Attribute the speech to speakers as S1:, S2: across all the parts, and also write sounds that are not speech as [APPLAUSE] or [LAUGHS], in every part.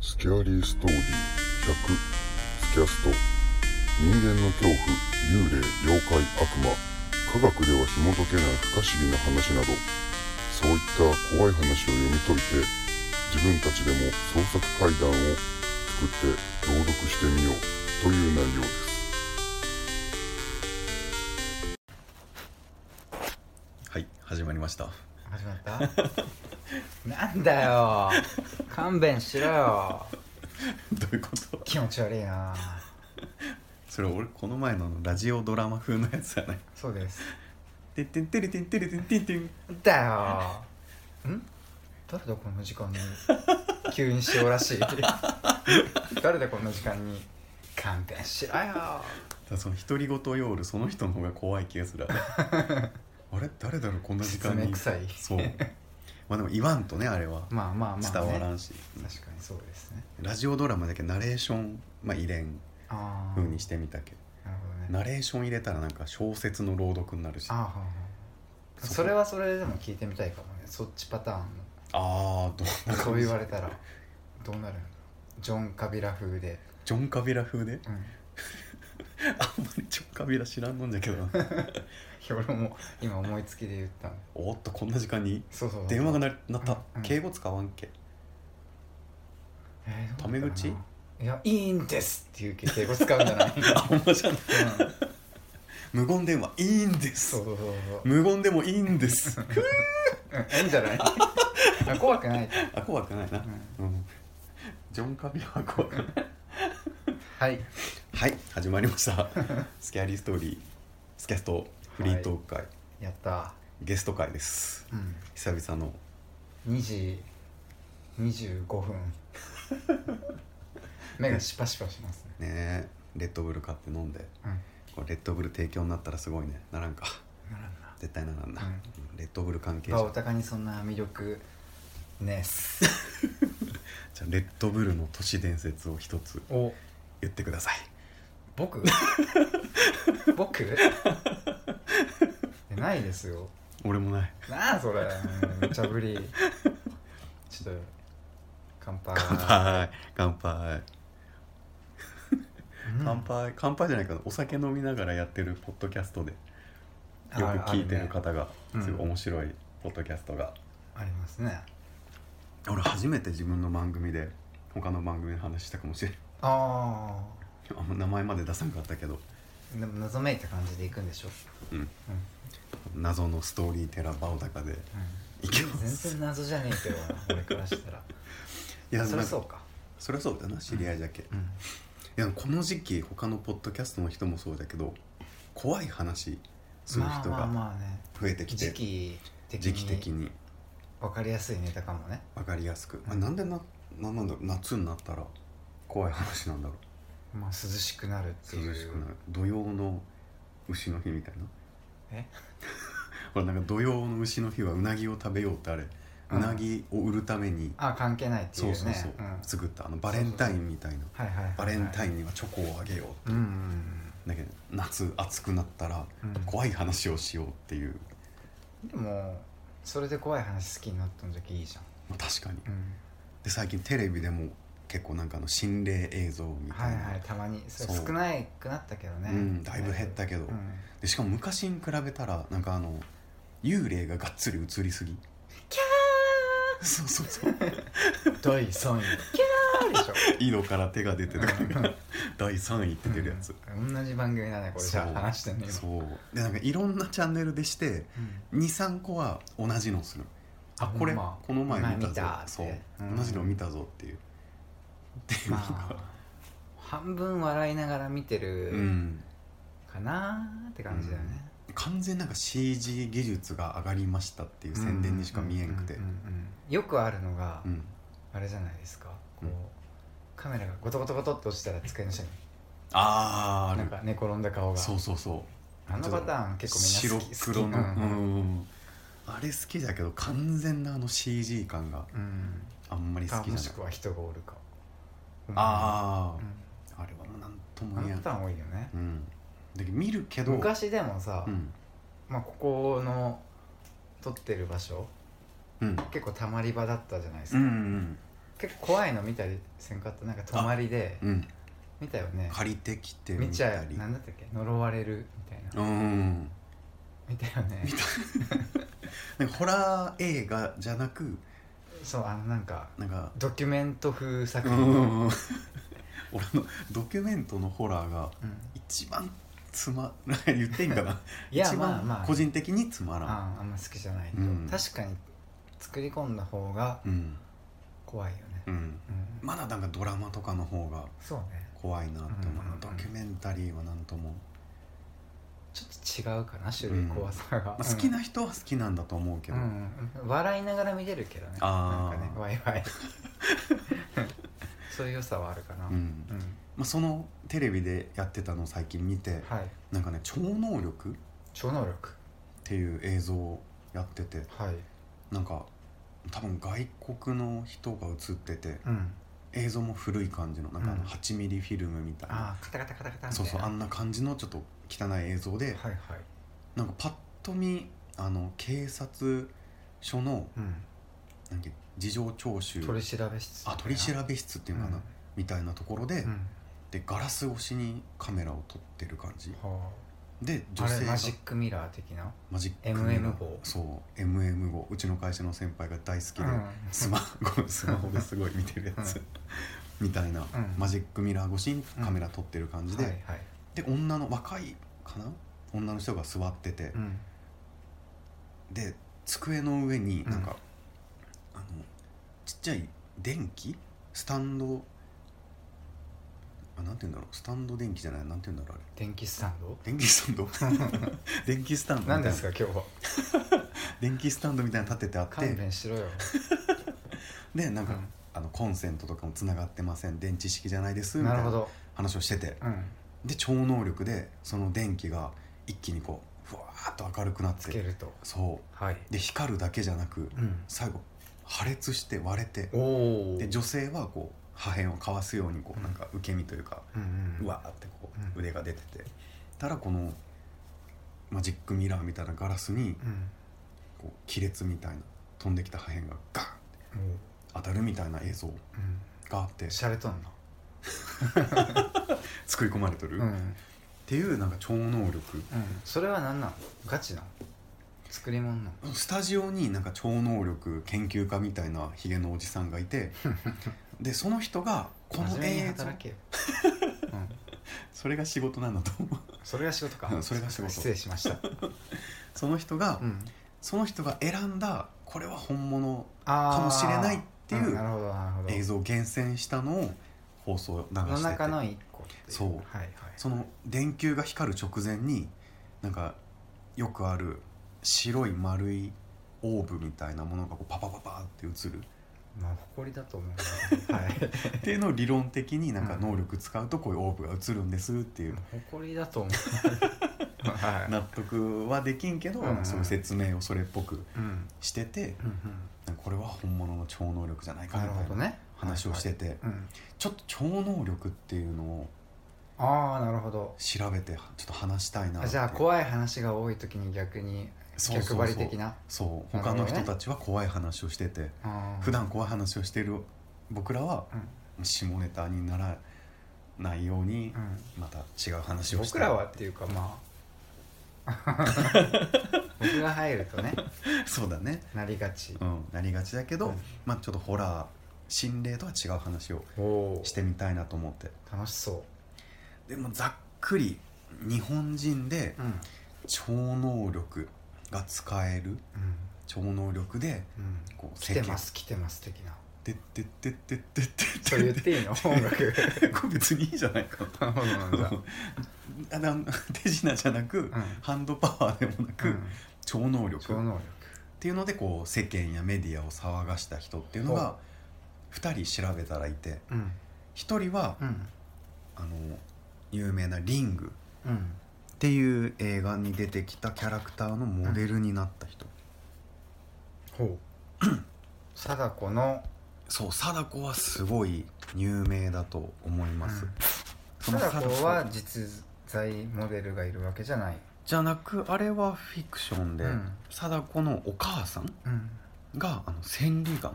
S1: スキャリーストーリー100スキャスト人間の恐怖幽霊妖怪悪魔科学では紐解けない不可思議な話などそういった怖い話を読み解いて自分たちでも創作怪談を作って朗読してみようという内容です
S2: はい始まりました [LAUGHS]
S3: 始まったなんだよ勘弁しろよ
S2: どういうこと
S3: 気持ち悪いな
S2: それ俺この前のあのラジオドラマ風のやつじゃない
S3: そうです
S2: てってんてりてんてりてんてんてん
S3: だよん誰だこの時間に急にしおらしい誰だこの時間に勘弁しろよ
S2: だその独り言よるその人の方が怖い気がするあれあれ誰だろうこんな時間に
S3: 狐臭い
S2: そうまあでも言わんとねあれは
S3: まあまあまあ、ね、
S2: 伝わらんし、
S3: 確かにそうですね
S2: ラジオドラマだけナレーションまあ入れん
S3: ああ
S2: 風にしてみたけど、
S3: なるほどね
S2: ナレーション入れたらなんか小説の朗読になるし
S3: あー
S2: あ
S3: はーはーそれはそれでも聞いてみたいかもねそっちパターンの
S2: あーどう
S3: そう言われたらどうなるんだろうジョン・カビラ風で、
S2: ジョン・カビラ風で
S3: うん、い
S2: あんまりジョン・カビラ知らんのんじゃけどな
S3: や俺も今思いつきで言ったの
S2: おっとこんな時間に
S3: そうそうそう
S2: 電話がななった、
S3: うん
S2: 敬語使わんけ
S3: えー
S2: タメ口
S3: どうだったかないや「いいんです」っていう敬語使うん
S2: [LAUGHS]
S3: じゃない、うん、
S2: あほんまじゃない無言電話いいんです
S3: そうそうそうそう
S2: 無言でもいいんです
S3: うんいいんじゃないあ怖くないから、
S2: あ怖くないな
S3: う、ん、
S2: うん、ジョン・カビラは怖くない
S3: はい
S2: はい始まりました
S3: [LAUGHS]
S2: スキャリーストーリースキャストフリートーク会、
S3: やった、
S2: ゲスト会です
S3: うん、
S2: 久々の
S3: 2時25分
S2: [LAUGHS]
S3: 目がシパシパしますね、
S2: ねレッドブル買って飲んで
S3: うん、
S2: これレッドブル提供になったらすごいねならんか
S3: ならんな
S2: 絶対ならんな、
S3: うん
S2: レッドブル関係
S3: バオ
S2: 者
S3: タカにそんな魅力ねっす
S2: [LAUGHS] じゃあレッドブルの都市伝説を一つ
S3: お
S2: 言ってください
S3: 僕 [LAUGHS] 僕えないですよ
S2: 俺もない
S3: なあそれうん無茶ぶりちょっと乾杯
S2: 乾杯乾杯
S3: [LAUGHS] うん
S2: 乾杯乾杯じゃないかなお酒飲みながらやってるポッドキャストでよく聞いてる方が
S3: あるね
S2: すごい面白いポッドキャストが、
S3: ありますね
S2: 俺初めて自分の番組で他の番組の話したかもしれん
S3: あ
S2: [LAUGHS] あんま名前まで出さんかったけど、
S3: あでも謎めいた感じでいくんでしょ、
S2: うん、
S3: うん
S2: 謎のストーリーテラーバオダカでいけ
S3: うん、
S2: ま
S3: 全
S2: す
S3: 然謎じゃねえけどな俺からしたら
S2: いや
S3: それ
S2: なんか
S3: そうか、
S2: そりゃそうだよな知り合いじゃけ、
S3: うん、
S2: いやこの時期他のポッドキャストの人もそうだけど怖い話する
S3: まあ
S2: 人
S3: まあ
S2: が
S3: まあね
S2: 増えてきて、
S3: 時期的
S2: 時期的
S3: に
S2: に
S3: 分かりやすいネタかもね
S2: わかりやすく、まあ
S3: うん
S2: なんでななんなんだろう夏になったら怖い話なんだろ
S3: まあ涼しくなるって
S2: う
S3: いう
S2: 涼しくなる土曜の牛の日みたいな [LAUGHS]
S3: え
S2: ほらなんか土曜の牛の日はうなぎを食べようってあれ、う
S3: うん
S2: なぎを売るために
S3: あ関係ないっていう
S2: そ
S3: ね
S2: うそうそう、
S3: ん、
S2: 作ったあのバレンタインみたいな
S3: はいはいはいはい
S2: バレンタインにはチョコをあげよう
S3: うんうんうん
S2: だけど夏暑くなったら
S3: うん
S2: 怖い話をしようっていう、
S3: でもそれで怖い話好きになったんじゃけいいじゃ
S2: まあ、確かに
S3: ん、うん、
S2: で最近テレビでも結構なんかあの心霊映像みた
S3: はいい
S2: な、
S3: はいたまにそれ
S2: そう
S3: 少ないくなったけどね、
S2: うんだいぶ減ったけど
S3: うん
S2: でしかも昔に比べたらなんかあの幽霊ががっつり映り
S3: [LAUGHS]
S2: すぎ
S3: キ
S2: そうそうそう
S3: ャー第3位キャー
S2: [LAUGHS]
S3: でしょ
S2: 井戸から手が出てとかなんか第3位って出るやつ、
S3: うん同じ番組だねこれじゃ
S2: そう
S3: あ話してんね今
S2: そうでなんかいろんなチャンネルでして
S3: うん
S2: 23個は同じのするあこれ、
S3: ほんま
S2: この前見たぞ
S3: 前見たって
S2: そう、
S3: うん
S2: 同じの見たぞっていうっていうなんか、
S3: まあ半分笑いながら見て
S2: う
S3: る
S2: ん
S3: かなーって感じだよね、
S2: 完全なんか CG 技術が上がりましたっていう宣伝にしか見えんくて
S3: うううんうんよくあるのが、
S2: うん
S3: あれじゃないですかこう、
S2: うん
S3: カメラがゴトゴトゴトって落ちたら机の下に
S2: あー
S3: なん
S2: あ
S3: か寝転んだ顔
S2: る
S3: が
S2: そうそうそう
S3: あのパターン結構みんな好き
S2: 白黒の、う
S3: 好きうん
S2: んあれ好きだけど完全なあの CG 感が
S3: うん
S2: あんまり好
S3: か
S2: き
S3: も
S2: じ
S3: し
S2: ゃない
S3: くは人がおるか
S2: ああ、
S3: あ、う
S2: あれはもうなんとも
S3: ん、あ
S2: 言え
S3: の
S2: ん
S3: パターン多いよね
S2: うんだけど見るけど
S3: 昔でもさ、
S2: うん
S3: まあ、ここの撮ってる場所
S2: うん
S3: 結構たまり場だったじゃないです
S2: う
S3: か、
S2: ん
S3: 結構怖いの見たりせんかったなんか泊まりで
S2: うん
S3: 見たよね
S2: 借りてきて
S3: 見
S2: み
S3: ちゃ
S2: た
S3: う
S2: り
S3: なんだったっけ呪われるみたいな
S2: うん
S3: 見たよね
S2: なんかホラー映画じゃなく
S3: そうあのなんか
S2: なんか
S3: ドキュメント風作
S2: う
S3: 品、うん
S2: ん俺のドキュメントのホラーが一番つま言っていいんかない
S3: や
S2: 一
S3: まあま
S2: 番
S3: あ
S2: 個人的につまらん、
S3: ああんま好きじゃないけど、
S2: うん
S3: 確かに作り込んだ方が
S2: うん
S3: 怖いよね、
S2: うん、
S3: うん
S2: まだなんかドラマとかの方が
S3: そうね
S2: 怖いなって思うな、
S3: うん
S2: ドキュメンタリーはなんとも、
S3: ちょっと違うかな種類怖さが、
S2: まあ、好きな人は好きなんだと思うけ
S3: うん、
S2: ど、
S3: うん笑いながら見れるけどね
S2: あー
S3: なんかねワイ
S2: [LAUGHS]
S3: ワイそういう良さはあるかな、
S2: うんまあ、そのテレビでやってたのを最近見て
S3: はい
S2: なんかね超能力っ
S3: 超能力
S2: ていう映像をやってて
S3: はい
S2: なんか多分外国の人が映ってて
S3: うん
S2: 映像も古い感じのなんかあ
S3: う
S2: の
S3: ん
S2: 8ミリフィルムみたいな、
S3: ああカタカタカタカタみ
S2: そ
S3: たいう
S2: そ
S3: な
S2: うあんな感じのちょっと汚い映像で、
S3: はいはい
S2: なんかパッと見あの警察署の
S3: うん
S2: なんか事情聴取
S3: 取り調べ室
S2: あ取り調べ室っていうのかな、みたいなところで、
S3: うん、うん
S2: でガラス越しにカメラを撮ってる感じ
S3: は
S2: で女
S3: あ、あれ
S2: 性が
S3: マジックミラー的な
S2: マジック
S3: MM
S2: ミラー
S3: 号
S2: そう MM 号うちの会社の先輩が大好きで、スマホ [LAUGHS] スマホですごい見てるやつ、
S3: う
S2: みたいな、
S3: うん
S2: マジックミラー越しにカメラ撮ってる感じで、
S3: はいはい
S2: で女の若いかな女の人が座ってて、
S3: うん
S2: で机の上になんか
S3: う、
S2: あのちっちゃい電気スタンドあなんて言うんだろうスタンド電気じゃないなんて言うんだろうあれ
S3: 電気スタン
S2: [LAUGHS]
S3: ド
S2: 電気スタンド
S3: [LAUGHS]
S2: 電気スタンドみたい
S3: 何
S2: な
S3: ですか今日は
S2: 電気スタンドみたいなの立ててあっ
S3: 勘
S2: て
S3: 弁しろよ
S2: でなんか、
S3: うん
S2: あのコンセントとかもつながってません電池式じゃないですみた
S3: ないるほ
S2: な
S3: ど
S2: 話をしてて
S3: うん
S2: で超能力でその電気が一気にこうふわーっと明るくなっ
S3: つけ
S2: て
S3: ると
S2: そ
S3: はいう
S2: で光るだけじゃなく
S3: うん
S2: 最後破裂して割れて
S3: おお
S2: で女性はこう破片をかわすようにこ
S3: う
S2: うんなんか受け身というか、
S3: うん
S2: う
S3: うん
S2: わーってこう
S3: うん
S2: 腕が出てて、たらこのマジックミラーみたいなガラスに
S3: うん
S2: こう亀裂みたいな飛んできた破片がガンって当たるみたいな映像
S3: うん
S2: があって
S3: しゃれとんな
S2: 作り込まれとる、
S3: う
S2: っ
S3: ん
S2: ていうなんか超能力
S3: うんそれは何なのガチなの作り物なの
S2: スタジオになんか超能力研究家みたいなヒゲのおじさんがい
S3: [LAUGHS]
S2: てでその人がこ
S3: 真
S2: の
S3: 面目に
S2: 映像
S3: 働けようん
S2: それが仕事なんだと思う
S3: それが仕事
S2: う
S3: か
S2: んそれが仕事
S3: 失礼しました
S2: その人が、
S3: うん
S2: その人が選んだこれは本物
S3: あー
S2: かもしれないってい
S3: んなる
S2: う
S3: ほどなるほど
S2: 映像を厳選したのを放送流
S3: の
S2: してて
S3: 中の一個ってい
S2: そう
S3: はいはい
S2: その電球が光る直前になんかよくある白い丸いオーブみたいなものがこうパパパパって映る
S3: まあ誇りだと思うな [LAUGHS] はい
S2: っていうのを理論的になんか
S3: うん
S2: 能力使うとこういうオーブが映るんですっていう
S3: 誇りだと思うはい
S2: 納得はできんけど、
S3: うん
S2: そういう説明をそれっぽく
S3: うん
S2: してて
S3: うん
S2: なんかこれは本物の超能力じゃない
S3: うん
S2: か
S3: な
S2: み
S3: るほ
S2: た
S3: ど
S2: いな
S3: ね
S2: 話をしてて、
S3: はいはいうん
S2: ちょっと超能力っていうのを
S3: ああなるほど
S2: 調べてちょっと話したいなっ
S3: あ
S2: て
S3: じゃあ怖い話が多い時に逆に
S2: そう
S3: 逆
S2: そう
S3: 張
S2: そ
S3: り
S2: う
S3: 的な
S2: そう
S3: なるほ
S2: 他
S3: ど
S2: の
S3: ね
S2: 人たちは怖い話をしてて、
S3: あー
S2: 普段怖い話をしてる僕らは
S3: うん
S2: 下ネタにならないように
S3: うん
S2: また違う話をして
S3: 僕らはっていうかま [LAUGHS] あ僕が入るとね
S2: そうだね、
S3: なりがち
S2: うん、なりがちだけど、
S3: うん
S2: まあちょっとホラー心霊とは違う話を
S3: お
S2: してみたいなと思って
S3: 楽しそ
S2: でもざっくり日本人で
S3: ううん
S2: 超能力が使える超能力で
S3: うんうん
S2: こう
S3: 来てます来てます的な
S2: 世間てってってってってって
S3: そう言っていいの [LAUGHS] 音楽
S2: これ別にいいじゃないか
S3: そうなんだ
S2: あの [LAUGHS] 手品じゃなく、ハンドパワーでもなく、
S3: うん
S2: 超能力
S3: 超
S2: っ
S3: 能力
S2: ていうのでこう世間やメディアを騒がした人っていうのが2人調べたらいて
S3: うん
S2: 1人は、
S3: うん
S2: あの有名な「リング」
S3: うん
S2: っていう映画に出てきたキャラクターのモデルになった人、
S3: ほう [COUGHS] 貞子の
S2: そう貞子はすごい有名だと思います、
S3: うん
S2: その
S3: 貞子は実在モデルがいるわけじゃない
S2: じゃなくあれはフィクションで、
S3: うん
S2: 貞子のお母さん
S3: うん
S2: があの千里眼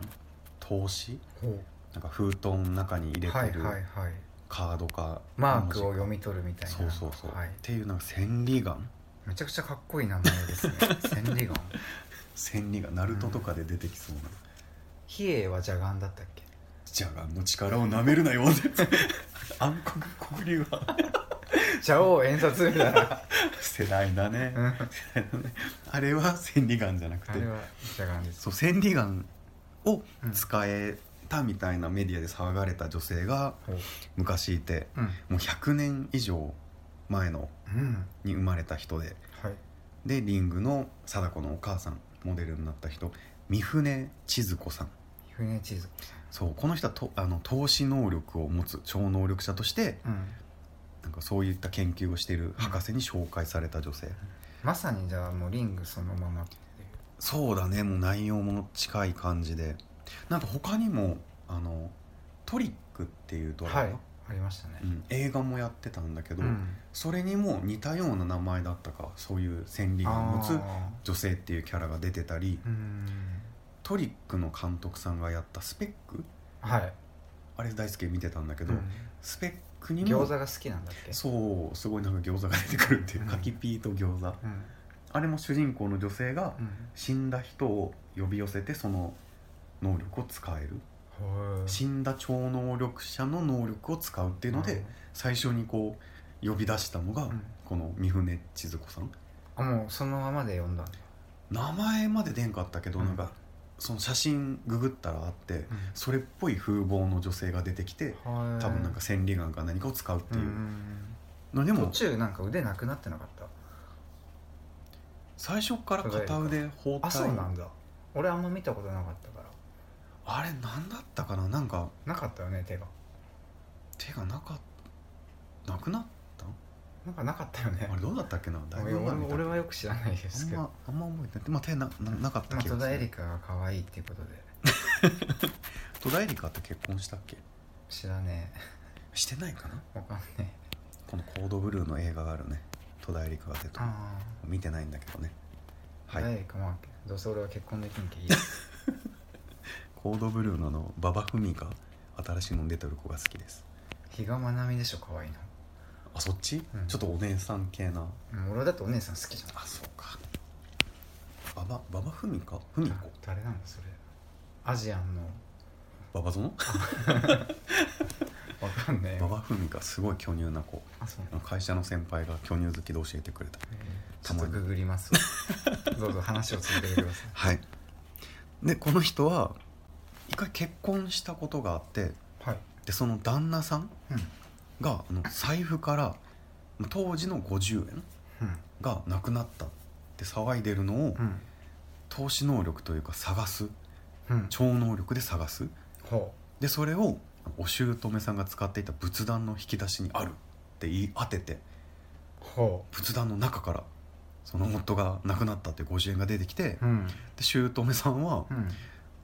S2: 投資
S3: ほう
S2: なんか封筒の中に入れ
S3: はい
S2: て
S3: はい
S2: る
S3: はい
S2: カードか
S3: マーク
S2: 文
S3: を
S2: 字
S3: 読み取るみたいな
S2: そうそうそう、
S3: はい
S2: っ、ていうなんか千里眼
S3: めちゃくちゃかっこいい名前です [LAUGHS] ね千里眼
S2: 千里眼ナルトとかで出てきそうな
S3: 比叡は邪眼だったっけ
S2: ジャガンの力をなめるなよ暗黒黒竜は
S3: 邪王演殺みたい [LAUGHS] な
S2: 世代だね
S3: うん
S2: あれは千里眼じゃなく
S3: あ
S2: て
S3: れは邪眼です
S2: そう千里眼を使えたみたいなメディアで騒がれた女性が
S3: ほう
S2: 昔いて
S3: うん
S2: もう100年以上前の
S3: うん
S2: に生まれた人で
S3: はい
S2: でリングの貞子のお母さんモデルになった人三船千鶴子さん
S3: 船地図
S2: そうこの人はとあの投資能力を持つ超能力者として
S3: うん
S2: なんかそういった研究をしている博士に紹介された女性、
S3: まさにじゃあもうリングそのままっていう
S2: そうだねもう内容も近い感じでなんか他にもあのトリックっていうドラマ、
S3: はいありましたね
S2: うん映画もやってたんだけど、
S3: うん
S2: それにも似たような名前だったかそういう千里眼を持つ
S3: あ
S2: 女性っていうキャラが出てたり
S3: ーうん
S2: トリックの監督さんがやったスペック
S3: はい
S2: あれ大輔見てたんだけ
S3: け
S2: ど、スペックに
S3: 餃
S2: も
S3: 子が好きなんだっけ
S2: そうすごいなんか餃子が出てくるっていう
S3: うん
S2: かきピーと餃子
S3: うん
S2: あれも主人公の女性が
S3: うん
S2: 死んだ人を呼び寄せてその能力を使える
S3: ほう
S2: 死んだ超能力者の能力を使うっていうので、最初にこう呼び出したのが、
S3: うん
S2: この三船千鶴子さん
S3: あもうそのままで読んだんだ
S2: 名前まで出んかったけど、
S3: うん
S2: なんかその写真ググったらあってそれっぽい風貌の女性が出てきて
S3: は
S2: 多分なんか千里眼か何かを使うって
S3: う
S2: い
S3: ん
S2: う、
S3: うん
S2: ので
S3: 途
S2: も
S3: 中なんか腕なくなってなかった
S2: 最初から片腕包帯
S3: あそうなんだ俺あんま見たことなかったから
S2: あれ何だったかななんか
S3: なかったよね手が
S2: 手がなかったなくなっ
S3: なんかなかったよね
S2: あれどうだったっけなだいぶ
S3: 俺
S2: 前
S3: 俺
S2: 見たけど
S3: 俺はよく知らないですけ
S2: あん
S3: ど
S2: まあんま覚えてないまあ手なななかった
S3: まあ
S2: 気
S3: 戸
S2: がす
S3: 田恵
S2: る
S3: 梨香が可愛いっていうことで
S2: 戸田恵梨香って結婚したっけ
S3: 知らね
S2: してないかな
S3: えわかんねえ
S2: この「コードブルー」の映画があるね戸田恵梨香が出た
S3: ああ
S2: 見てないんだけどねは
S3: はいい、かまあどうせ俺は結婚できんけ [LAUGHS] いい
S2: コードブルーのあの馬場ふみが新しいの出てる子が好きです
S3: 比嘉愛美でしょ可愛いの
S2: あそっち、
S3: うん
S2: ちょっとお姉さん系な
S3: うん俺だってお姉さん好きじゃん
S2: あそうか馬場馬場ふみかふみ子
S3: 誰なのそれアジアンの
S2: 馬場園
S3: わかんねえ
S2: 馬場ふみかすごい巨乳な子
S3: あそう
S2: あの会社の先輩が巨乳好きで教えてくれた
S3: ちょっとググります
S2: [LAUGHS]
S3: どうぞ話を続けてください
S2: はいでこの人は一回結婚したことがあって
S3: はい、
S2: でその旦那さんがあの財布からまあ当時の50円
S3: うん
S2: がなくなったって騒いでるのを
S3: うん
S2: 投資能力というか探す
S3: うん
S2: 超能力で探す
S3: ほ
S2: でそれをお姑さんが使っていた仏壇の引き出しにあるって言い当てて
S3: うほ
S2: 仏壇の中からその夫が亡くなったっていう50円が出てきて
S3: ううん
S2: で姑さんは
S3: うん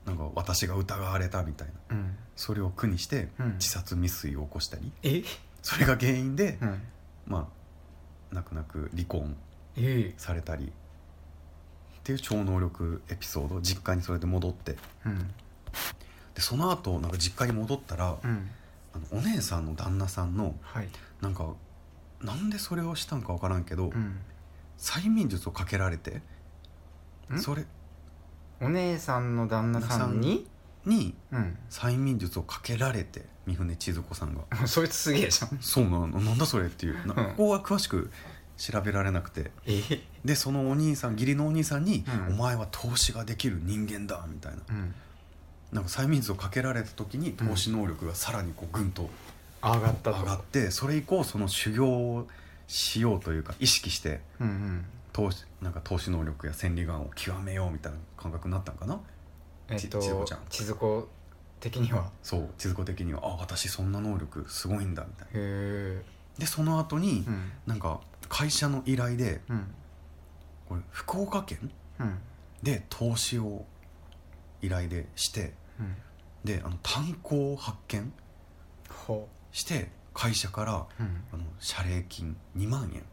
S2: なんか私が疑われたみたいな
S3: うん
S2: それを苦にして
S3: うん
S2: 自殺未遂を起こしたり
S3: え
S2: それが原因で
S3: うん
S2: まあ泣く泣く離婚
S3: え
S2: されたりっていう超能力エピソード実家にそれで戻って
S3: うん
S2: でその後なんか実家に戻ったら
S3: うん
S2: あのお姉さんの旦那さんの
S3: はい
S2: なんかなんでそれをしたんか分からんけど、
S3: うん
S2: 催眠術をかけられて
S3: ん
S2: それ
S3: お姉さんの旦那さんに
S2: に
S3: うん
S2: 催眠術をかけられて三船千鶴子さんが
S3: [LAUGHS] そいつすげえじゃん
S2: そうなのなんだそれっていうな
S3: うん
S2: ここは詳しく調べられなくて
S3: え
S2: でそのお兄さん義理のお兄さんに、
S3: うん
S2: お前は投資ができる人間だ」みたいな
S3: うん
S2: なんか催眠術をかけられた時に投資能力がさらにこうぐんと
S3: 上がった
S2: 上がってそれ以降その修行をしようというか意識して
S3: うんうん
S2: 投資なんか投資能力や千里眼を極めようみたいな感覚になったんかな
S3: えっと
S2: ち千鶴子ちゃん
S3: 千鶴子的には
S2: そう千鶴子的にはあ私そんな能力すごいんだみたいな
S3: へ
S2: でその後に
S3: えうん
S2: なんか会社の依頼で
S3: うん
S2: これ福岡県
S3: うん
S2: で投資を依頼でして
S3: うん
S2: であの炭鉱を発見
S3: ほ
S2: して会社から
S3: ううん
S2: あの謝礼金2万円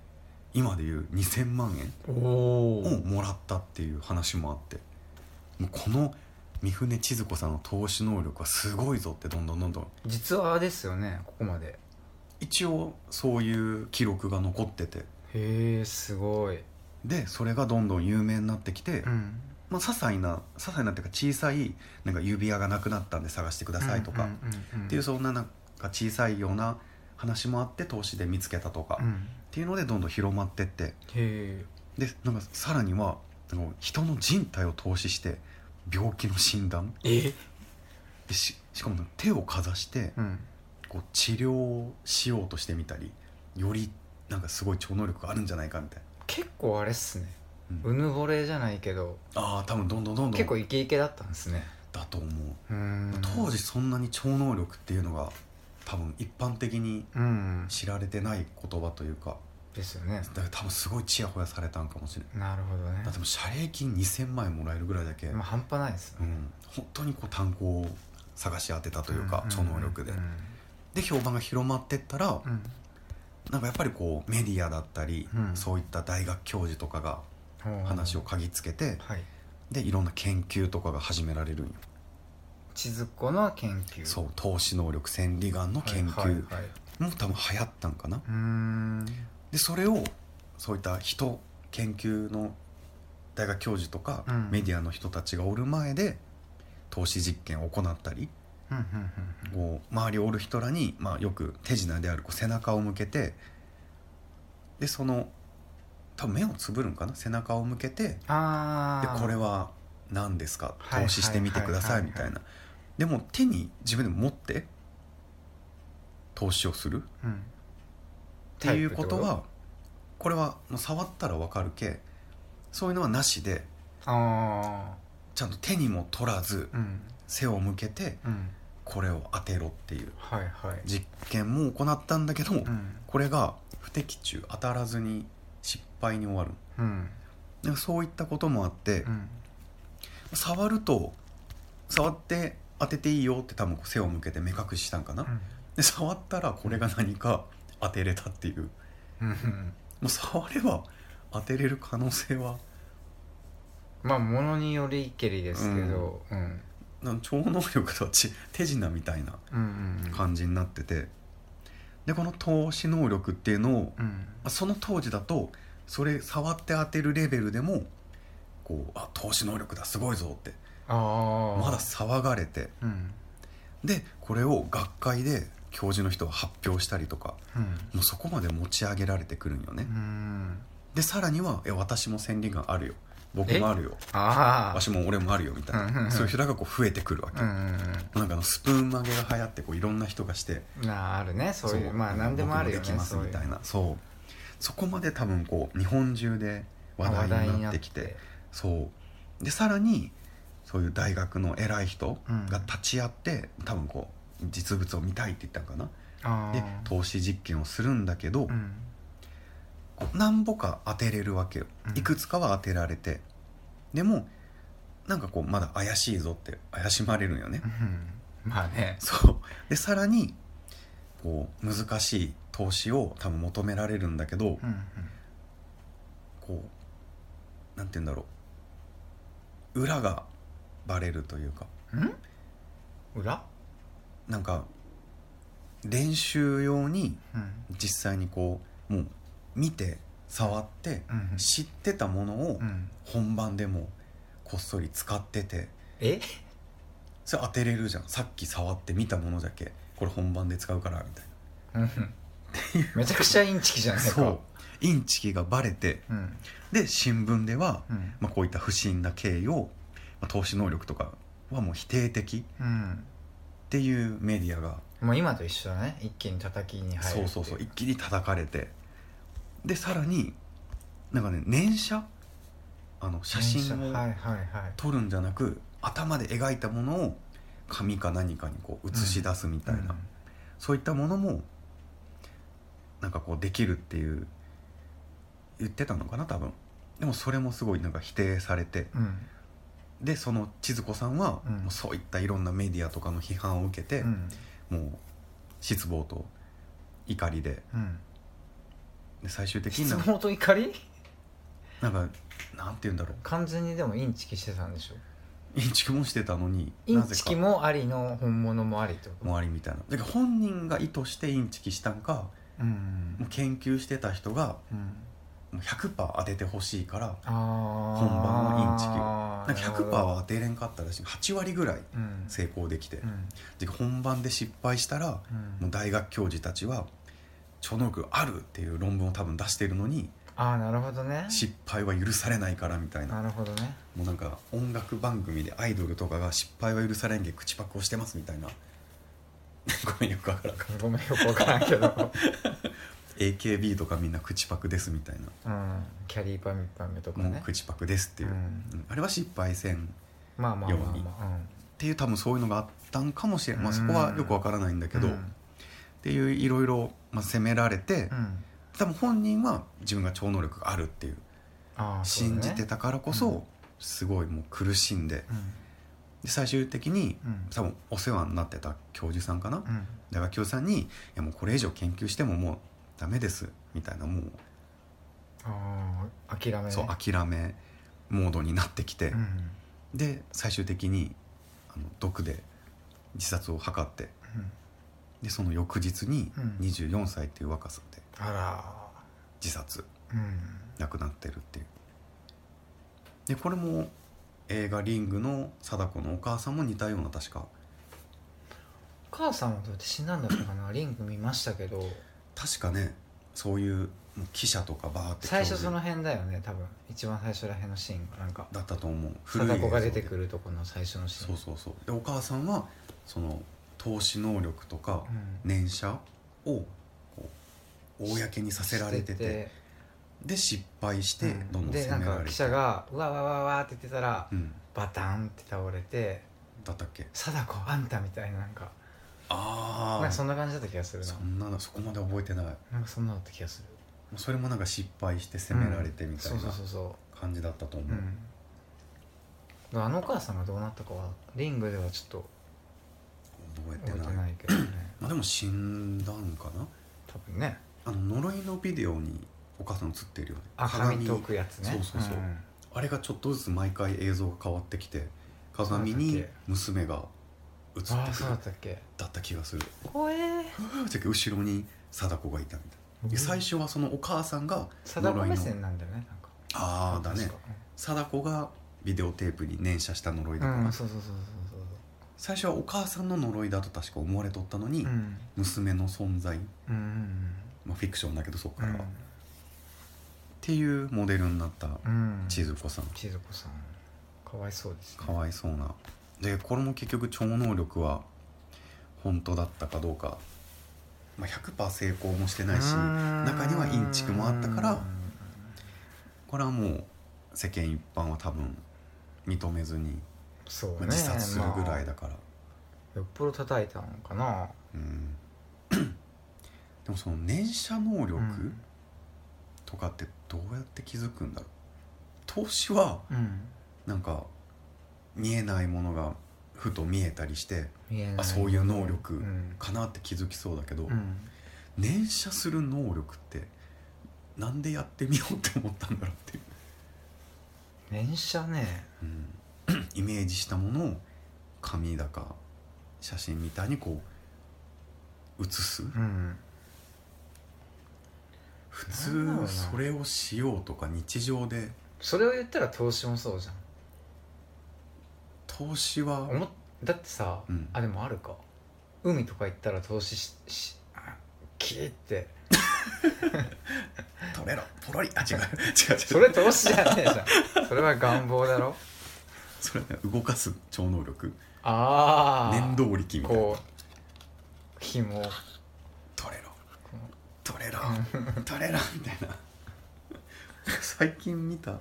S2: 今でいう2,000万円
S3: お
S2: をもらったっていう話もあってもうこの三船千鶴子さんの投資能力はすごいぞってどんどんどんどん
S3: 実話ですよねここまで
S2: 一応そういう記録が残ってて
S3: へえすごい
S2: でそれがどんどん有名になってきて、
S3: ん
S2: まあ、些細な些細なっていうか小さいなんか指輪がなくなったんで探してくださいとか、
S3: うんうんんん
S2: っていうそんななんか小さいような話もあって投資で見つけたとか、
S3: う
S2: っ
S3: ん
S2: ていうのでどんどん広まってって
S3: へえ
S2: でなんかさらにはあの人の人体を投資して病気の診断
S3: え
S2: でししかも手をかざして
S3: うん
S2: こう治療をしようとしてみたりよりなんかすごい超能力があるんじゃないかみたい
S3: 結構あれっすね
S2: な、うん
S3: うぬぼれじゃないけど
S2: ああ多分どんどんどんど
S3: 結構
S2: ん
S3: イケイケだったんですね
S2: だと思う、
S3: うーん
S2: 当時そんなに超能力っていうのが多分一般的に
S3: うん
S2: 知られてない言葉というか
S3: ですよね
S2: だから多分すごいチヤホヤされたんかもしれない
S3: なるほどね
S2: だってもう謝礼金2000万円もらえるぐらいだけ、
S3: まあ半端ないですよ
S2: う
S3: ね
S2: ん、本当にこう炭鉱を探し当てたというか、
S3: ん
S2: 超能力で、で評判が広まってったら、
S3: うん
S2: なんかやっぱりこうメディアだったり、
S3: うん
S2: そういった大学教授とかが
S3: うん
S2: 話を
S3: ほ
S2: 嗅ぎつけて、
S3: うはい
S2: でいろんな研究とかが始められるんよ、
S3: 千鶴子の研究
S2: そう透視能力千里眼の研
S3: はいはい
S2: 究
S3: はい
S2: も多分流行ったんかな、
S3: うーん
S2: でそれをそういった人研究の大学教授とか、
S3: うん
S2: メディアの人たちがおる前で投資実験を行ったり、
S3: うんうんうんう
S2: こ
S3: ん
S2: う周りをおる人らに、まあ、よく手品であるこう背中を向けてでその多分目をつぶるんかな背中を向けてで
S3: ああ
S2: これは何ですか
S3: はい
S2: 投資してみてください
S3: はい
S2: み
S3: はい
S2: た
S3: はいはい
S2: いなでも手に自分で持って投資をする
S3: うん
S2: っていうことはこれはもう触ったら分かるけそういうのはなしで
S3: あ
S2: ちゃんと手にも取らず
S3: あうん
S2: 背を向けて
S3: うん
S2: これを当てろっていう
S3: はいはい
S2: 実験も行ったんだけども、
S3: うん
S2: これが不的中当たらずに失敗に終わる
S3: うん
S2: なんかそういったこともあって、
S3: うん
S2: 触ると触って当てていいよって多分背を向けて目隠ししたんかな、で触ったらこれが何か当てれたっていうも
S3: うんうん
S2: う触れば当てれる可能性は
S3: まあものによりけりですけどうん
S2: なん超能力とはち手品みたいな
S3: うんうん
S2: 感じになってて、でこの透視能力っていうのを
S3: うん
S2: まあその当時だとそれ触って当てるレベルでもこうあ投資能力だすごいぞって
S3: ああ
S2: まだ騒がれて
S3: うん
S2: でこれを学会で教授の人が発表したりとか
S3: うん
S2: もうそこまで持ち上げられてくるんよね、
S3: うん
S2: でさらには「え私も千里眼あるよ僕もあるよ
S3: ああ
S2: 私も俺もあるよ」みたいな、
S3: うんうんうん
S2: そういう人らがこう増えてくるわけ、
S3: うんうん
S2: なんかあのスプーン曲げが流行ってこういろんな人がして
S3: うんなああるねそういうまあ何でもあるよね
S2: 僕できます
S3: そう
S2: み
S3: いう
S2: たいなそうそこまで多分こう日本中で話題になってきてそうでさらにそういう大学の偉い人が立ち会って、多分こう実物を見たいって言ったのかな
S3: あ
S2: で
S3: あ
S2: 投資実験をするんだけど、
S3: うん
S2: こう何歩か当てれるわけよ、
S3: うん
S2: いくつかは当てられてでもなんかこうまだ怪しいぞって怪しまれるんよね、
S3: うんまあね
S2: そうでさらにこう難しい投資を多分求められるんだけど、
S3: うんうん
S2: こうなんて言うんだろう裏がバレるというか
S3: 裏
S2: なんか練習用に
S3: うん
S2: 実際にこうもう見て触って
S3: うん
S2: 知ってたものを
S3: うん
S2: 本番でもこっそり使ってて
S3: え
S2: それ当てれるじゃんさっき触って見たものだけこれ本番で使うからみたい
S3: うんめちゃくちゃインチキじゃ
S2: な
S3: ないか
S2: そうインチキがバレて
S3: うん
S2: で新聞では、
S3: うん
S2: まあ、こういった不審な経緯を、まあ、投資能力とかはもう否定的
S3: うん
S2: っていうメディアが、
S3: もう今と一緒だね一気に叩きに入る
S2: そうそうそう一気に叩かれてでさらになんかね念写あの写真
S3: を
S2: を
S3: はいはいはい
S2: 撮るんじゃなく、頭で描いたものを紙か何かにこう映し出すみたいな、そういったものもなんかこうできるっていう言ってたのかな多分でもそれもすごいなんか否定されて
S3: うんうん
S2: でその千鶴子さんは、
S3: うん
S2: もうそういったいろんなメディアとかの批判を受けて、
S3: うん
S2: もう失望と怒りで
S3: うん
S2: で最終的に
S3: 失
S2: なんか
S3: 望と怒り
S2: なんかなんて言うんだろ
S3: 完全にでもインチキしてたんでしょ
S2: うインチキもしてたのに
S3: イ
S2: な
S3: ン
S2: ぜ
S3: チキ
S2: か
S3: もありの本物もありってこと
S2: 周りみたいなだから本人が意図してインチキしたんか
S3: うん
S2: もう研究してた人が
S3: うん
S2: もう100%当ててほしいから
S3: ああ
S2: 本番のインチキなんか
S3: キ
S2: 100%は当てれんかったらしい8割ぐらい
S3: うん
S2: 成功できて
S3: うん
S2: で本番で失敗したら
S3: うん
S2: もう大学教授たちは「超能力ある!」っていう論文を多分出してるのに
S3: ああなるほどね
S2: 失敗は許されないからみたいな
S3: なるほどね
S2: もうなんか音楽番組でアイドルとかが失敗は許されんげ口パクをしてますみたいな [LAUGHS] ごめんよくわからんか
S3: ごめんよくわからん
S2: [LAUGHS]
S3: けど
S2: AKB とかみんな口パクですみたいな、
S3: うんキャリーパミュパミュとか
S2: もう
S3: ね
S2: 口パクですっていう、
S3: うん
S2: うんあれは失敗せんっ
S3: まあまあまあ
S2: ように
S3: まあうん
S2: ていう多分そういうのがあったんかもしれん、まあ、
S3: うん
S2: そこはよくわからないんだけど、
S3: う
S2: っ
S3: ん
S2: ていういろいろまあ責められて、
S3: うん
S2: 多分本人は自分が超能力があるっていう
S3: ああそうだ
S2: 信
S3: ね
S2: じてたからこ
S3: うん
S2: そすごいもう苦しんで
S3: うん
S2: で最終的に
S3: うん
S2: 多分お世話になってた教授さんかな、
S3: うん
S2: 大学教授さんに「いやもうこれ以上研究してももうダメです」みたいなもう
S3: ああ諦めね
S2: そう諦めモードになってきて、
S3: うん
S2: で最終的にあの毒で自殺を図って
S3: うん
S2: でその翌日に
S3: うん
S2: 24歳っていう若さで
S3: あら
S2: 自殺
S3: うん
S2: 亡くなってるっていうでこれも映画「リング」の貞子のお母さんも似たような確か
S3: お母さんはどうやって死んだんだったかなリンク見ましたけど
S2: 確かねそういうもう記者とかバーって
S3: 最初
S2: 教授
S3: その辺だよね多分一番最初ら辺のシーンがなんか
S2: だったと思う
S3: 貞子が出て
S2: る
S3: くるとこの最初のシー
S2: そ
S3: ン
S2: うそうそうでお母さんはその投資能力とか
S3: うん
S2: 念写をこう公にさせられててで失敗して
S3: うん
S2: どんどん
S3: で
S2: 責
S3: なん
S2: められ
S3: か
S2: て
S3: 記者が「うわわわわ」って言ってたら
S2: うん、
S3: バタンって倒れて
S2: だったっけ
S3: 「貞子あんた」みたいななんか
S2: ああ
S3: なんか
S2: そ
S3: そんな感じだった気がするなん
S2: なのそこまで覚えてないも
S3: なんかそんなだった気がする
S2: うそれもなんか失敗して責められてみたい
S3: うんそう
S2: な
S3: そうそう
S2: 感じだったと思
S3: そう
S2: う、
S3: うんあのお母さんがどうなったかはリングではちょっと
S2: 覚えて
S3: 覚え
S2: な
S3: て
S2: い
S3: ないけどね
S2: まあ、でも死んだんかな
S3: 多分ね
S2: あの呪いのビデオにお母さん映ってるよね
S3: あ紙解くやつね
S2: そうそうそうんあれがちょっとずつ毎回映像が変わってきて鏡に娘が映ってくる
S3: ああそうだったっけ
S2: だった気がする
S3: 怖え
S2: で後ろに貞子がいたみたいなで最初はそのお母さんが
S3: 貞子目線なんだよねなんか
S2: ああだね
S3: 確か
S2: 貞子がビデオテープに念写した呪いだから、
S3: うんそうそうそうそう
S2: 最初はお母さんの呪いだと確か思われとったのに、
S3: そううん
S2: 娘の存在、
S3: うんうん
S2: まあ、フィクションだけどそっ
S3: う
S2: から、っ
S3: ん
S2: ていうモデルになった
S3: うん
S2: 千鶴子さん、
S3: 千鶴子さんかわいそうですね
S2: かわいそうなでこれも結局超能力は本当だったかどうか、まあ、100%成功もしてないし中
S3: 中
S2: にはインチクもあったからこれはもう世間一般は多分認めずに、
S3: そう
S2: まあ
S3: ね
S2: 自殺するぐらい
S3: ま
S2: だから、
S3: あよっぽど叩いたのかな
S2: うん [CLEARS THROAT] でもその念写能力
S3: うん
S2: とかってどうやって気づくんだろう投資は
S3: うん
S2: なんか見えないものがふと見えたりして
S3: 見えない
S2: あそういう能力
S3: うん
S2: かなって気づきそうだけど、
S3: うん
S2: 念写する能力ってなんでやってみようって思ったんだろうっていう、
S3: 連写ね
S2: うん [CLEARS THROAT] イメージしたものを紙だか写真みたいにこう写す
S3: うん
S2: 普
S3: なんだろ
S2: 通
S3: うな
S2: それをしようとか日常で
S3: それを言ったら投資もそうじゃん
S2: 投資は
S3: 思っだってさ、
S2: うん
S3: あでもあるか海とか行ったら投資ししあキーって
S2: 取れろポロリあ違う違う違う
S3: それ投資じゃねえじゃんそれは願望だろ
S2: それね動かす超能力
S3: ああ
S2: 念動力みたいな
S3: こう紐をこ
S2: 取れろ
S3: う
S2: 取れろ取れろみたいな [LAUGHS] 最近見た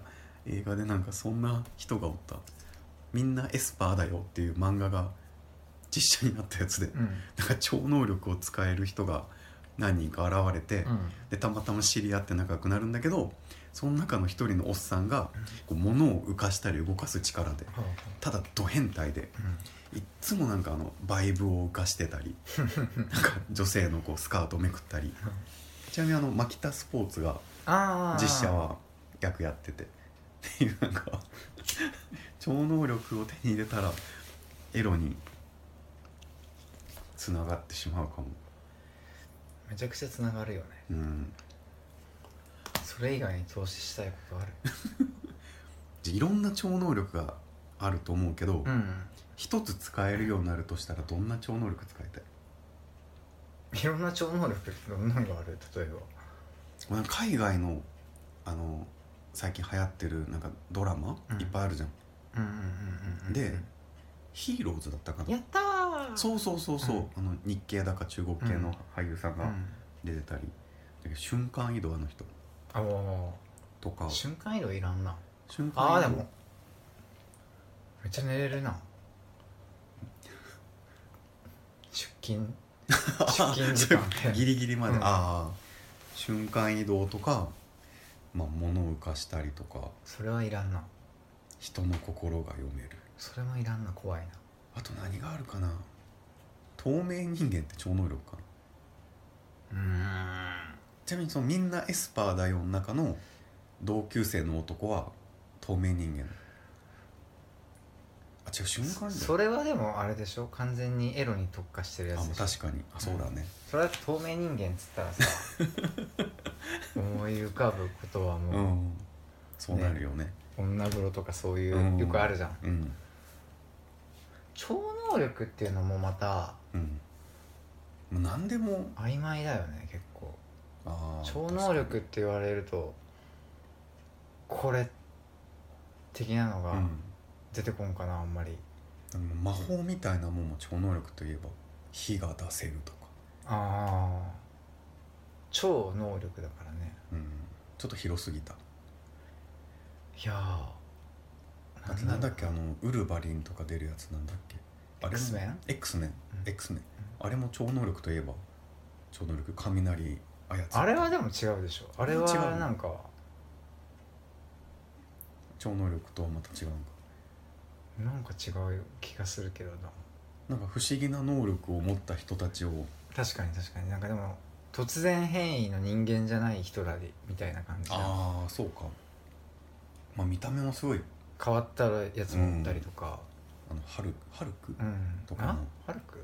S2: 映画でなんかそんな人がおったみんなエスパーだよっていう漫画が実写になったやつで
S3: うん
S2: なんか超能力を使える人が何人か現れて、
S3: うん
S2: でたまたま知り合って仲良くなるんだけどその中の一人のおっさんがこう物を浮かしたり動かす力でただド変態でいっつもなんかあのバイブを浮かしてたりなんか女性のこうスカートをめくったりちなみにあのマキタスポーツが
S3: ああ
S2: 実写は役やっててっていうなんかち超能力を手に入れたらエロにつながってしまうかも
S3: めちゃくちゃつながるよね
S2: うん
S3: それ以外に投資したいことある
S2: じゃいろんな超能力があると思うけど
S3: うん
S2: 一、つ使えるようになるとしたらどんな超能力使いたい
S3: いろんな超能力ってどんなのがある例えば
S2: 俺海外のあの最近流行ってるなんかドラマ、
S3: うん
S2: いっぱいあるじゃん
S3: うんうんうんうん
S2: でヒーローズだったかな
S3: ったー
S2: そうそうそうそう、
S3: うん
S2: あの日系だか中国系の俳優さん
S3: う
S2: が
S3: ん
S2: 出てたり、だけど瞬間移動あの人
S3: あも
S2: とか
S3: う瞬間移動いらんな
S2: 瞬間移動
S3: ああでもめっちゃ寝れるな出勤出
S2: [LAUGHS]
S3: 勤時間って
S2: ギリギリまで、
S3: うん
S2: ああ瞬間移動とか、まあ、物を浮かしたりとか
S3: それはいらんな
S2: 人の心が読める
S3: それもいらんな怖いな
S2: あと何があるかな透明人間って超能力かな
S3: うーん
S2: ちなみにそのみんなエスパーだよの中の同級生の男は透明人間あ違う瞬間移動
S3: それはでもあれでしょ完全にエロに特化してるや
S2: あもう
S3: つでしょ
S2: 確かにあそうだね、
S3: それは透明人間っつった
S2: [LAUGHS]
S3: らさ思い浮かぶことは
S2: うん
S3: もう、
S2: そうなるよね
S3: 女風呂とかそういう、
S2: うん
S3: よくあるじゃん
S2: うん
S3: 超能力っていうのもまた
S2: うんもう何でも
S3: 曖昧だよね結構
S2: あー
S3: 超能力っ
S2: 確
S3: て言われるとこれ的なの
S2: かに
S3: が出てこんかなあんまり
S2: うん、でも魔法みたいなもんも超能力といえば火が出せるとか、
S3: ああ超能力だからね
S2: うん、ちょっと広すぎた
S3: いやー
S2: あとなんだっけあのウルヴァリンとか出るやつなんだっけあれも
S3: X メン
S2: X メン
S3: うん
S2: X メンあれも超能力といえば超能力雷操る
S3: あれはでも違うでしょあれは
S2: 違うの
S3: なんか
S2: 超能力とはまた違うのか
S3: なんか違う気がするけどな
S2: なんか不思議な能力を持った人たちを
S3: 確かに確かになんかでも突然変異の人間じゃない人らでみたいな感じじゃん
S2: ああそうかまあ見た目もすごい
S3: 変わったやつもおったりとか
S2: あのハルハルク、
S3: うん
S2: とかも
S3: あハルク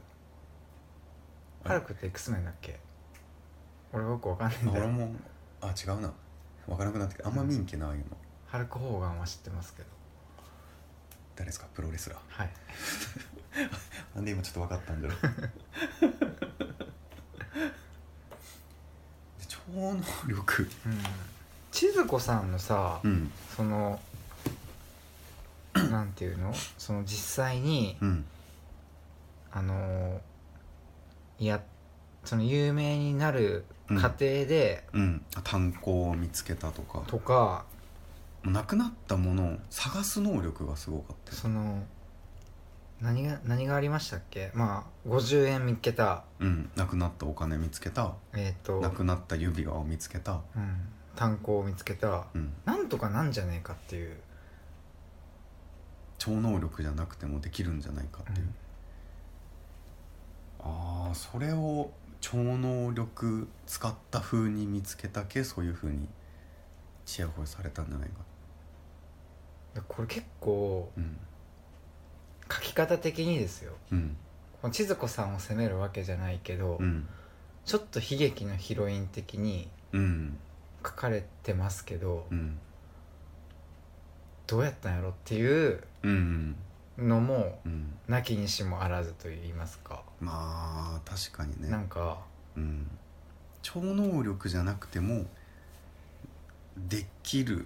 S2: あれ
S3: ハルクって X メンだっけ俺よくわかんないん
S2: あ
S3: だ
S2: 俺
S3: よ
S2: もあ違うな分からなくなってきたあんま見んけなああいうの
S3: ハルク・ホーガンは知ってますけど
S2: 誰ですかプロレスラー
S3: はい
S2: なんで今ちょっと分かったんだろう [LAUGHS] で超能力
S3: うん千鶴子さんのさ
S2: うん
S3: そのなんていうのその実際に
S2: うん
S3: あのいやその有名になる過程で、
S2: うんあ炭鉱を見つけたとか
S3: とか
S2: なくなったものを探す能力がすごかったよ
S3: その何が何がありましたっけまあ50円見っけた
S2: うんなくなったお金見つけた
S3: えっ、と、
S2: なくなった指輪を見つけた
S3: うん、炭鉱を見つけた
S2: うん
S3: なんとかなんじゃねえかっていう、
S2: 超能力じゃなくてもできるんじゃないかっていう、ああそれを超能力使った風に見つけたけそういう風にチヤホヤされたんじゃないか
S3: でこれ結構
S2: うん
S3: 書き方的にですよ
S2: うん
S3: この千鶴子さんを責めるわけじゃないけど、
S2: うん
S3: ちょっと悲劇のヒロイン的に
S2: うん
S3: 書かれてますけど、
S2: うん
S3: どうやったんやろっていう
S2: うん
S3: のも
S2: うん
S3: なきにしもあらずと言いますか、
S2: まあ確かにね
S3: なんか
S2: うん、超能力じゃなくてもできる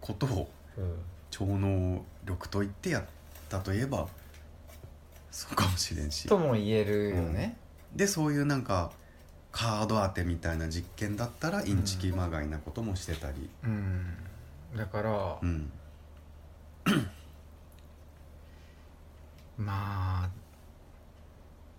S2: ことを
S3: うん
S2: 超能力と言ってやったといえばそうかもしれんし
S3: とも言えるよね、
S2: でそういうなんかカード当てみたいな実験だったらインチキまがいなこともしてたり、
S3: うんだから、
S2: うん
S3: まあ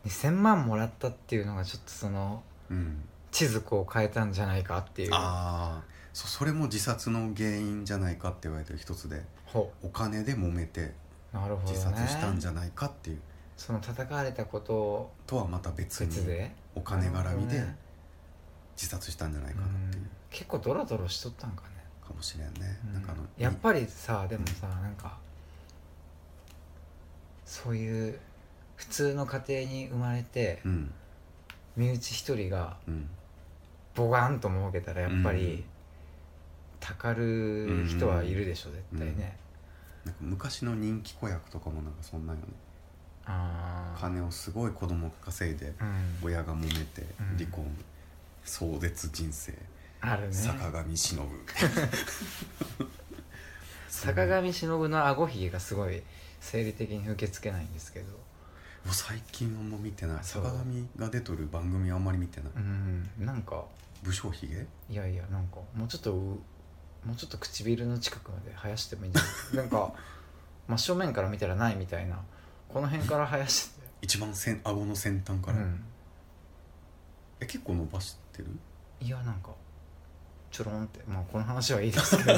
S3: 2,000万もらったっていうのがちょっとその
S2: うん、
S3: 地図を変えたんじゃないかっていう
S2: ああそそれも自殺の原因じゃないかって言われてる一つで
S3: ほ
S2: お金で揉めて
S3: うなるほど、ね、
S2: 自殺したんじゃないかっていう、
S3: その叩かれたこと
S2: とはまた別に
S3: 別で
S2: お金絡みで
S3: なるほどね
S2: 自殺したんじゃないかなっていう
S3: うん結構ドロドロしとったんかね
S2: かもしれんね、
S3: うん
S2: なんかあの
S3: やっぱりさでもさ、なんかそういう普通の家庭に生まれて
S2: うん
S3: 身内一人が
S2: うん
S3: ボガンと儲けたらやっぱり、
S2: うん
S3: たかる人はいるでしょ絶対ね、
S2: なんか昔の人気子役とかもなんかそんなよね
S3: ああ
S2: 金をすごい子供が稼いで
S3: うん
S2: 親が揉めて
S3: うん
S2: 離婚、壮絶人生、
S3: あるね
S2: 坂上忍
S3: [LAUGHS] 坂上忍の顎ひげがすごい生理的に受け付けないんですけど
S2: もう最近はもう見てない
S3: そう
S2: 坂上が出とる番組あんまり見てない、
S3: うんなんか
S2: 武将ひげ
S3: いやいやなんかもうちょっとうもうちょっと唇の近くまで生やしてもいいんじゃ [LAUGHS] ないなんか真正面から見たらないみたいなこの辺から生やしてて
S2: 一番せん顎の先端から、
S3: うん
S2: え結構伸ばしてる
S3: いやなんかちょろんってまあこの話はいいですけど